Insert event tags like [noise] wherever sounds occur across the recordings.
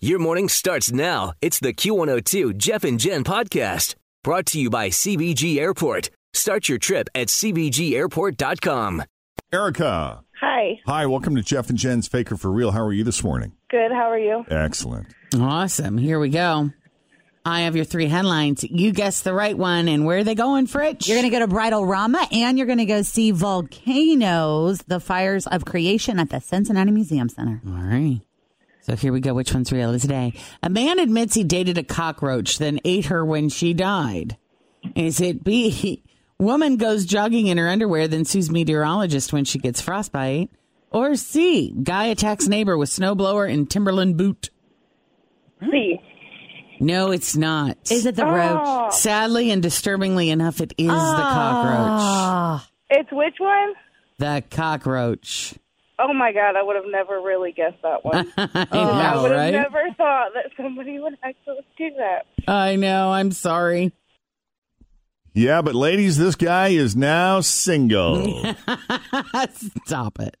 Your morning starts now. It's the Q102 Jeff and Jen podcast brought to you by CBG Airport. Start your trip at CBGAirport.com. Erica. Hi. Hi, welcome to Jeff and Jen's Faker for Real. How are you this morning? Good. How are you? Excellent. Awesome. Here we go. I have your three headlines. You guessed the right one. And where are they going, Fritch? You're going to go to Bridal Rama and you're going to go see Volcanoes, the Fires of Creation at the Cincinnati Museum Center. All right. So here we go. Which one's real today? A man admits he dated a cockroach, then ate her when she died. Is it B? [laughs] Woman goes jogging in her underwear, then sues meteorologist when she gets frostbite. Or C? Guy attacks neighbor with snowblower and Timberland boot. C. No, it's not. Is it the roach? Oh, Sadly and disturbingly enough, it is the cockroach. Ah, it's which one? The cockroach. Oh my God! I would have never really guessed that one. [laughs] I Oh, I know, would have right? never thought that somebody would actually do that. I know. I'm sorry. [laughs] Yeah, but ladies, this guy is now single. Stop it.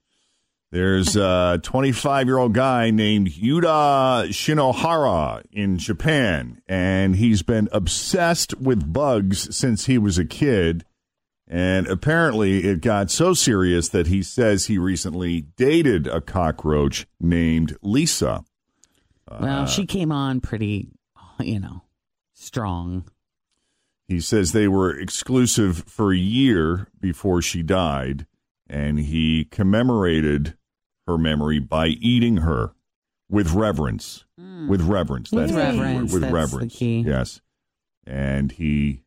There's a 25 year old guy named Yuda Shinohara in Japan, and he's been obsessed with bugs since he was a kid. And apparently, it got so serious that he says he recently dated a cockroach named Lisa. Well, she came on pretty, you know, strong. He says they were exclusive for a year before she died, and he commemorated her memory by eating her with reverence. With reverence. Hmm. With That's the key word, reverence, With that's the reverence. key. Yes. And he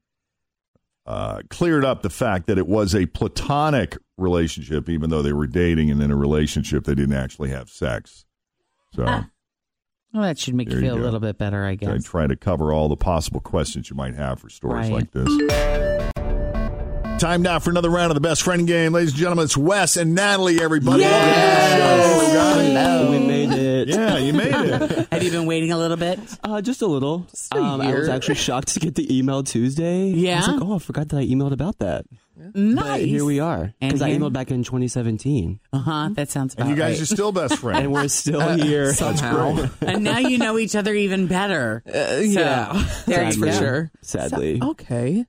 uh, cleared up the fact that it was a platonic relationship, even though they were dating and in a relationship they didn't actually have sex. So [laughs] Well, that should make There you you feel a go. little bit better, I I guess. try to cover all the possible questions you might have for stories Right. like this. Time now for another round of the best friend game, ladies and gentlemen. It's Wes and Natalie. Everybody, Oh, Welcome to the show. We made it. yeah, you made it. Have you been waiting a little bit? Uh, just a little. um, I was actually shocked to get the email Tuesday. I was Yeah? like, oh, I forgot that I emailed about that. But Nice. here we are. And Because I here- emailed back in 2017. Uh huh. That sounds about And you guys right. are still best friends. [laughs] And we're still Uh, here. and now you know each other even better. yeah, there That's you for go. sure. Sadly. oh, Okay.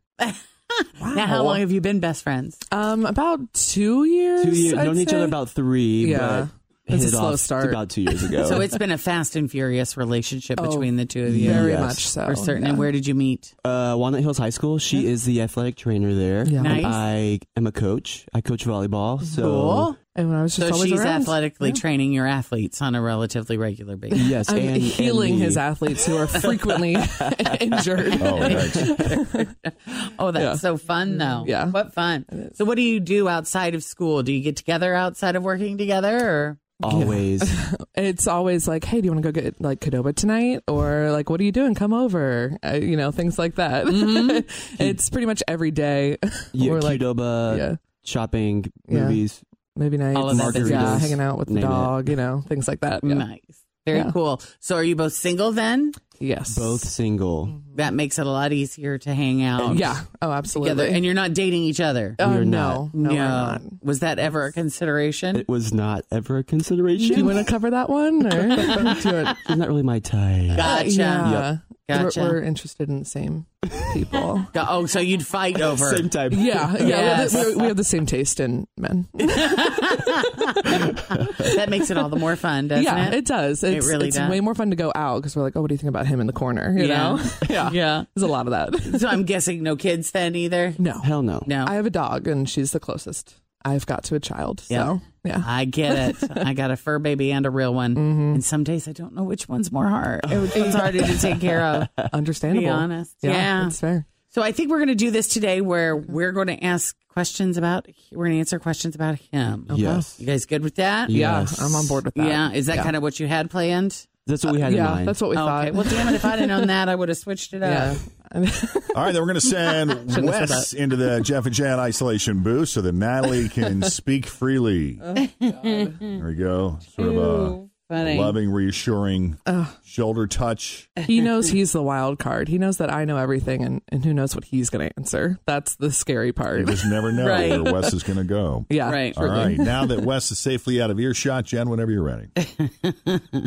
Now, how long have you been best friends? Um, about two years. Two years. I'd Known each say. other about three. Yeah. But It's hit a it slow off start. About two years [laughs] ago. So it's been a fast and furious relationship Oh, between the two of you. very Yes. much so. For certain. yeah. And where did you meet? uh, Walnut Hills High School. She is the athletic trainer there. Yeah. Nice. I am a coach. I coach volleyball. So Cool. And when I was just So always she's around. athletically training your athletes on a relatively regular basis. yes, I'm and, and healing me. his [laughs] athletes [laughs] who are frequently [laughs] injured. [laughs] Oh, nice. [laughs] Oh, that's Yeah. Mm-hmm. so fun, though. Yeah. What fun. So, what do you do outside of school? Do you get together outside of working together? Or Always. It's always like, hey, do you want to go get like Cadoba tonight? Or like, what are you doing? Come over. Uh, you know, things like that. Mm-hmm. [laughs] it's pretty much every day. Yeah, We're like, Qdoba, yeah, shopping, Yeah. movies. maybe nights. All of that business. yeah, hanging out with the Name it. dog, you know, things like that. Yeah. nice. Very Yeah. cool. So, are you both single then? Yes. Both single. That makes it a lot easier to hang out Yeah. Oh, absolutely. together. And you're not dating each other. Uh, We are no, no, we're not. Was that ever a consideration? It was not ever a Do you consideration. want [laughs] to cover that one? Or? She's not really my type. gotcha. Yeah. Gotcha. We're, we're interested in the same people. Go- Oh, so you'd [laughs] fight over. Same type. yeah, yeah. Yes. we have the- we have the same taste in men. that makes it all the more fun, doesn't yeah, it? it, does. It's, really it's does. way more fun to go out because we're like, oh, what do you think about him in the corner? You Yeah. know? yeah. Yeah. There's a lot of that. So I'm guessing no kids then either. No. Hell no. No. I have a dog and she's the closest I've got to a child. So, Yeah. yeah. Mm-hmm. I get it. I got a fur baby and a real one. And some days I don't know which one's more hard. Oh. Which one's harder to take care [laughs] of. [laughs] Understandable. Be honest. Yeah. Yeah. It's fair. So I think we're going to do this today where we're going to ask questions about, we're going to answer questions about him. Yes. You guys good with that? Yes. Yeah. I'm on board with that. Yeah. Is that kind of what you had planned? That's what we had in yeah, mind. that's what we thought. okay. Well, damn it! If I'd have known that, I would have switched it up. [laughs] yeah. All right, then we're going to send Shouldn't have said Wes into the Jeff and Jan isolation booth so that Natalie can speak freely. there we go. Sort of a Funny. loving, reassuring shoulder touch. he knows he's the wild card. He knows that I know everything, and, and who knows what he's going to answer. That's the scary You part. just never know Right. where Wes is going to go. [laughs] Yeah. Right. All right, now that Wes is safely out of earshot, Jen, whenever you're ready. Mm-hmm.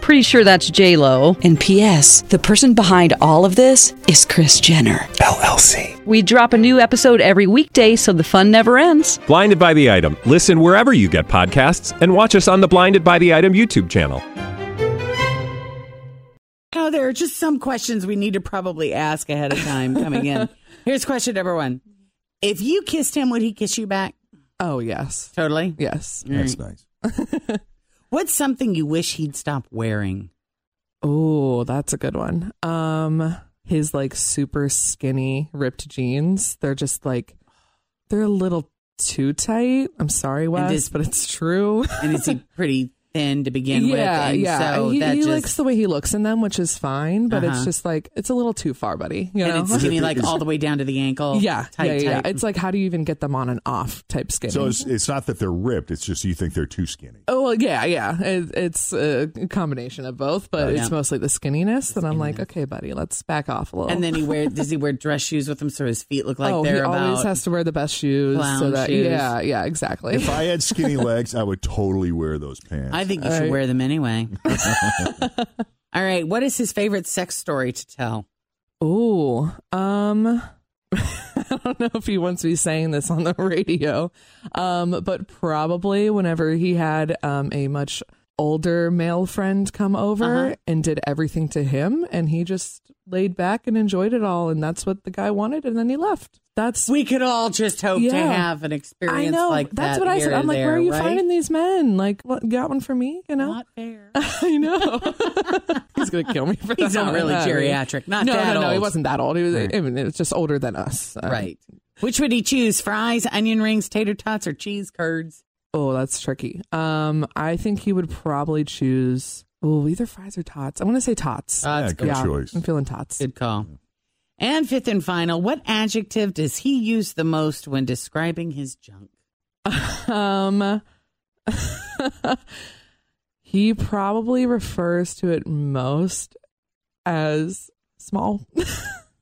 Pretty sure that's J Lo. And PS, the person behind all of this is Chris Jenner. LLC. We drop a new episode every weekday, so the fun never ends. Blinded by the item. Listen wherever you get podcasts, and watch us on the Blinded by the Item YouTube channel. No, there are just some questions we need to probably ask ahead of time coming [laughs] in. Here's question number one: If you kissed him, would he kiss you back? Oh, yes. Totally. Yes. That's nice. What's something you wish he'd stop wearing? Oh, that's a good one. Um, his like super skinny ripped jeans. They're just like they're a little too tight. I'm sorry, Wes, this- but it's true. And [laughs] is he pretty thin to [laughs] begin with? yeah, And yeah. So he that he just, likes the way he looks in them, which is fine, but Uh-huh. it's just like it's a little too far, buddy. You and [laughs] know? it's skinny like all the way down to the ankle. yeah, tight, yeah, yeah, yeah. tight. It's like how do you even get them on and off type skinny? So it's, it's not that they're ripped, it's just you think they're too skinny. Oh well, yeah, yeah. It, it's a combination of both, but Oh, Yeah. it's mostly the skinniness. That I'm like, okay, buddy, let's back off a little. and then he [laughs] wear does he wear dress shoes with him so his feet look like oh, they're he about always has to wear the best shoes. so Clown that shoes. yeah, yeah, exactly. If I had [laughs] skinny legs, I would totally wear those pants. [laughs] I think you should Alright. wear them anyway. All right, what is his favorite sex story to tell? Ooh, um, [laughs] I don't know if he wants me saying this on the radio, um, but probably whenever he had um, a much older male friend come over Uh-huh. and did everything to him, and he just laid back and enjoyed it all, and that's what the guy wanted, and then he left. That's We could all just hope to Yeah. have an experience I know. like That's that what I said. here I'm like, or where are there, you right? finding these men? Like, what, got one for me? You know, Not fair. [laughs] I know. [laughs] He's gonna kill me for that. He's not really I mean, geriatric. Not no, that no, no. He old. wasn't that old. He was. Right. I mean, it was just older than us. Uh, Right. Which would he choose? Fries, onion rings, tater tots, or cheese curds? Oh, that's tricky. Um, I think he would probably choose. Oh, either fries or tots. I'm gonna say tots. Uh, yeah, that's good yeah, choice. I'm feeling tots. Good call. And fifth and final, what adjective does he use the most when describing his junk? Um, [laughs] he probably refers to it most as small.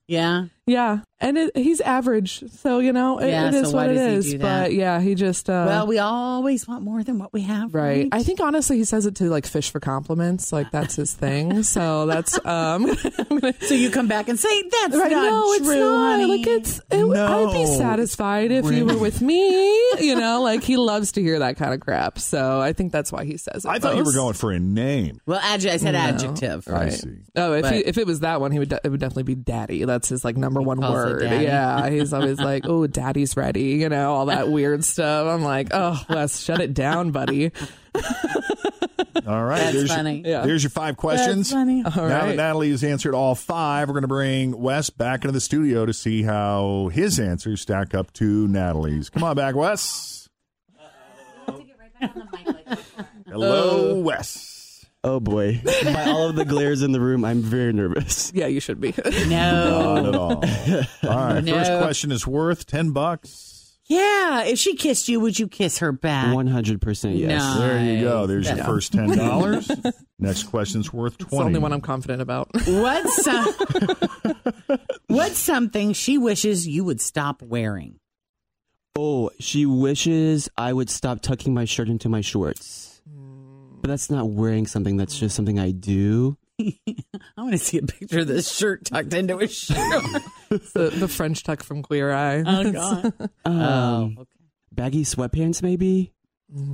Yeah. Yeah, and it, he's average, so you know it, Yeah, it so is why what it does he is. do that? But yeah, he just uh, well, we always want more than what we have. right. I think honestly, he says it to like fish for compliments, like that's his thing. [laughs] So that's um, [laughs] I'm gonna- So you come back and say that's right? not no, it's true, not. honey. Like it's. It, I'd be No. satisfied if you were with me. You know, like he loves to hear that kind of crap. So I think that's why he says. It I thought you were most. going for a name. well, adj- I said adjective. I see. Oh, if But- he, if it was that one, he would de- it would definitely be daddy. That's his like number one calls it word. daddy. Yeah, [laughs] he's always like, oh, daddy's ready, you know, all that weird stuff. I'm like, oh, Wes, shut it down, buddy. All right. That's there's funny. Your, Yeah. There's your five questions. That's funny. All now that right. Natalie has answered all five, we're going to bring Wes back into the studio to see how his answers stack up to Natalie's. Come on back, Wes. Hello, Uh, Wes. Oh [laughs] boy! By all of the glares in the room, I'm very nervous. Yeah, you should be. [laughs] No. Not at all. All right. First No. question is worth 10 bucks. yeah. If she kissed you, would you kiss her back? One hundred percent yes. No. There you go. Nice. There's your Yeah. first [laughs] $10. Next question's worth 20. It's the only one I'm confident [laughs] about. What's [laughs] some, what's something she wishes you would stop wearing? Oh, she wishes I would stop tucking my shirt into my shorts. But that's not wearing something. That's just something I do. I want to see a picture of this shirt tucked into his shoe. It's [laughs] the, the [laughs] French tuck from Queer Eye. oh God. Um, Oh, okay. Baggy sweatpants, maybe.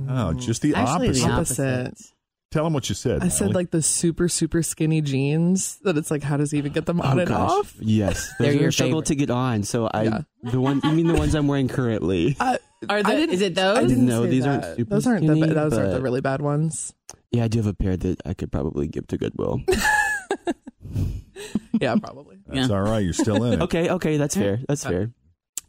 Oh, just the Actually, the opposite. opposite. Tell them what you said. I said Natalie. like the super super skinny jeans that it's like how does he even get them on oh, and gosh. off? [laughs] Yes, They're those are your a struggle to get on. So I the one you mean the ones I'm wearing currently. [laughs] Are the, is it those? I didn't No, say these that. aren't super Those aren't the skinny, ba- those aren't the but- really bad ones. yeah, I do have a pair that I could probably give to Goodwill. Yeah, probably. That's all right. You're still [laughs] in it. okay, okay, that's fair. That's fair.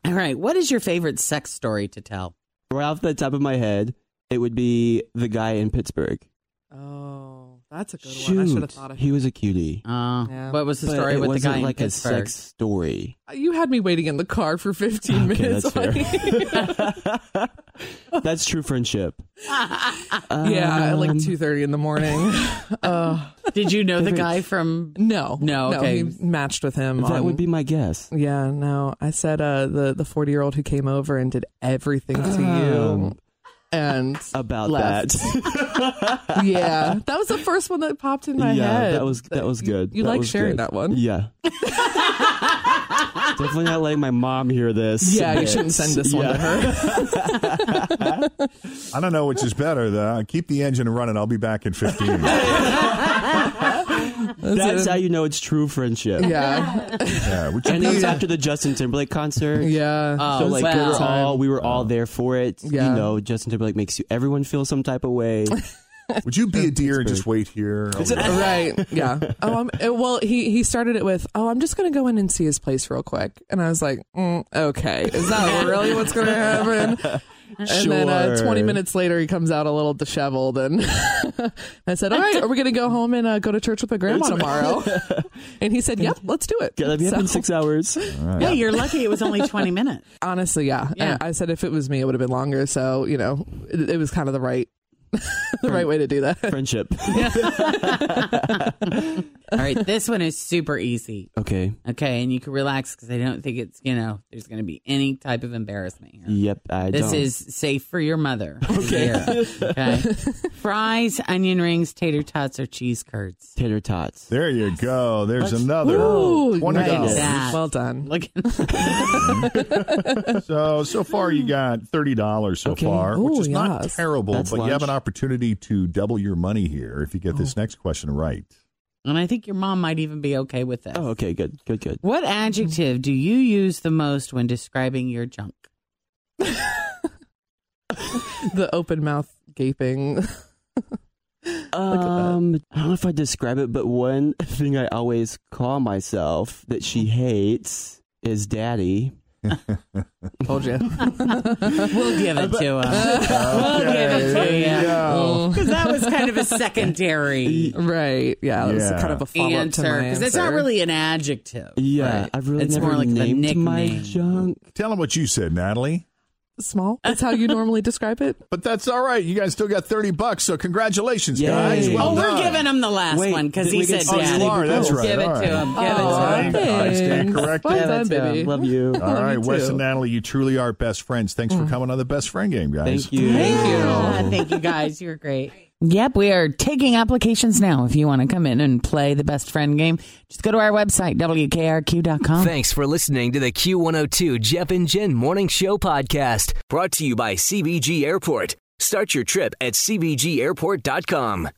All right. What is your favorite sex story to tell? Right off the top of my head, it would be the guy in Pittsburgh. Oh, that's a good one. I should have Shoot, thought of he was a cutie. Uh, Yeah. What was the But story it with the wasn't guy like in a Pittsburgh? sex story. [laughs] You had me waiting in the car for 15 Okay, minutes. [laughs] that's fair. [laughs] That's true [laughs] friendship. yeah, at like Um, 2:30 in [laughs] the morning. uh, Did you know the Favorite- guy from? no, No, okay. he matched with him. That on- would be my guess. Yeah, no. I said uh, the the 40 year old who came over and did everything to you, Um, and About Left. that. [laughs] yeah, that was the first one that popped [laughs] in [laughs] my yeah, head. that was that was good. You That like was sharing good. that one? [laughs] Yeah. Definitely not letting my mom hear this. Yeah, you but- shouldn't send this one to Yeah. her. I don't know which is better. Though. Keep the engine running. I'll be back in [laughs] 15. [laughs] That's how you know it's true friendship. Yeah, yeah, which And it was after the Justin Timberlake concert. yeah. Oh, So like we well. were all we were Oh. all there for it. Yeah. You know, Justin Timberlake makes you everyone feel some type of [laughs] way. uh, Would you be a deer and just wait here? [laughs] I'll be back. right. Yeah. Oh, I'm, uh, well, he he started it with, "Oh, I'm just going to go in and see his place real quick," and I was like, mm, "Okay, is that really what's going to happen?" And then uh, 20 Sure. minutes later, he comes out a little disheveled, and [laughs] I said, "All right, are we going to go home and uh, go to church with [laughs] my grandma tomorrow?" and he said, "Yep, let's do it." Yeah, that'd be up in So- six hours. [laughs] Hey, you're lucky it was [laughs] only 20 minutes. honestly, yeah. Yeah. And I said if it was me, it would have been longer. So you know, it, it was kind of the right [laughs] the Hmm. right way to do that. Friendship. All right. This one is super easy. Okay. Okay. And you can relax because I don't think it's, you know, there's going to be any type of embarrassment here. Yep. I This don't. is safe for your mother. Okay. [laughs] okay. Fries, onion rings, tater tots, or cheese curds. tater tots. There you go. There's Let's- another Ooh, twenty nice. dollars. Yeah. Well done. [laughs] Look at So so far you got thirty dollars so Okay. far, which Ooh, is not yes. terrible, That's but you have lunch. an opportunity to double your money here if you get this next question right. And I think your mom might even be okay with this. Oh, okay. Good. Good. [laughs] Good. What adjective do you use the most when describing your junk? The open mouth gaping. [laughs] Um, I don't know if I describe it, but one [laughs] thing I always call myself that [laughs] she hates is daddy. Told you. We'll give it to him. [laughs] We'll give it to Okay, you. yeah. Oh. Because that was kind of a secondary [laughs] Right. Yeah. It was Yeah. kind of a follow up to answer. my Because answer. it's not really an adjective. Yeah, right? I've really it's never more like named the my nickname. junk. Tell them what you said, Natalie. small. That's how you normally describe it. But that's all right. You guys still got thirty bucks, so congratulations, Yay. guys. Well Oh, we're done. giving him the last Wait, one because did he we said get- Oh, Yeah, you I are. daddy. think That's right. Give it all to right. him. Give Aw, it to him. I stand thanks. corrected. Well Give it done, That's it. baby. Love you. All right, you Wes too. and Natalie, you truly are best friends. Thanks for coming on the best friend game, guys. Thank you. Yeah, thank you guys. You're great. Yep, we are taking applications now. If you want to come in and play the best friend game, just go to our website, wkrq.com. Thanks for listening to the Q102 Jeff and Jen Morning Show podcast, brought to you by CBG Airport. Start your trip at CBGAirport.com.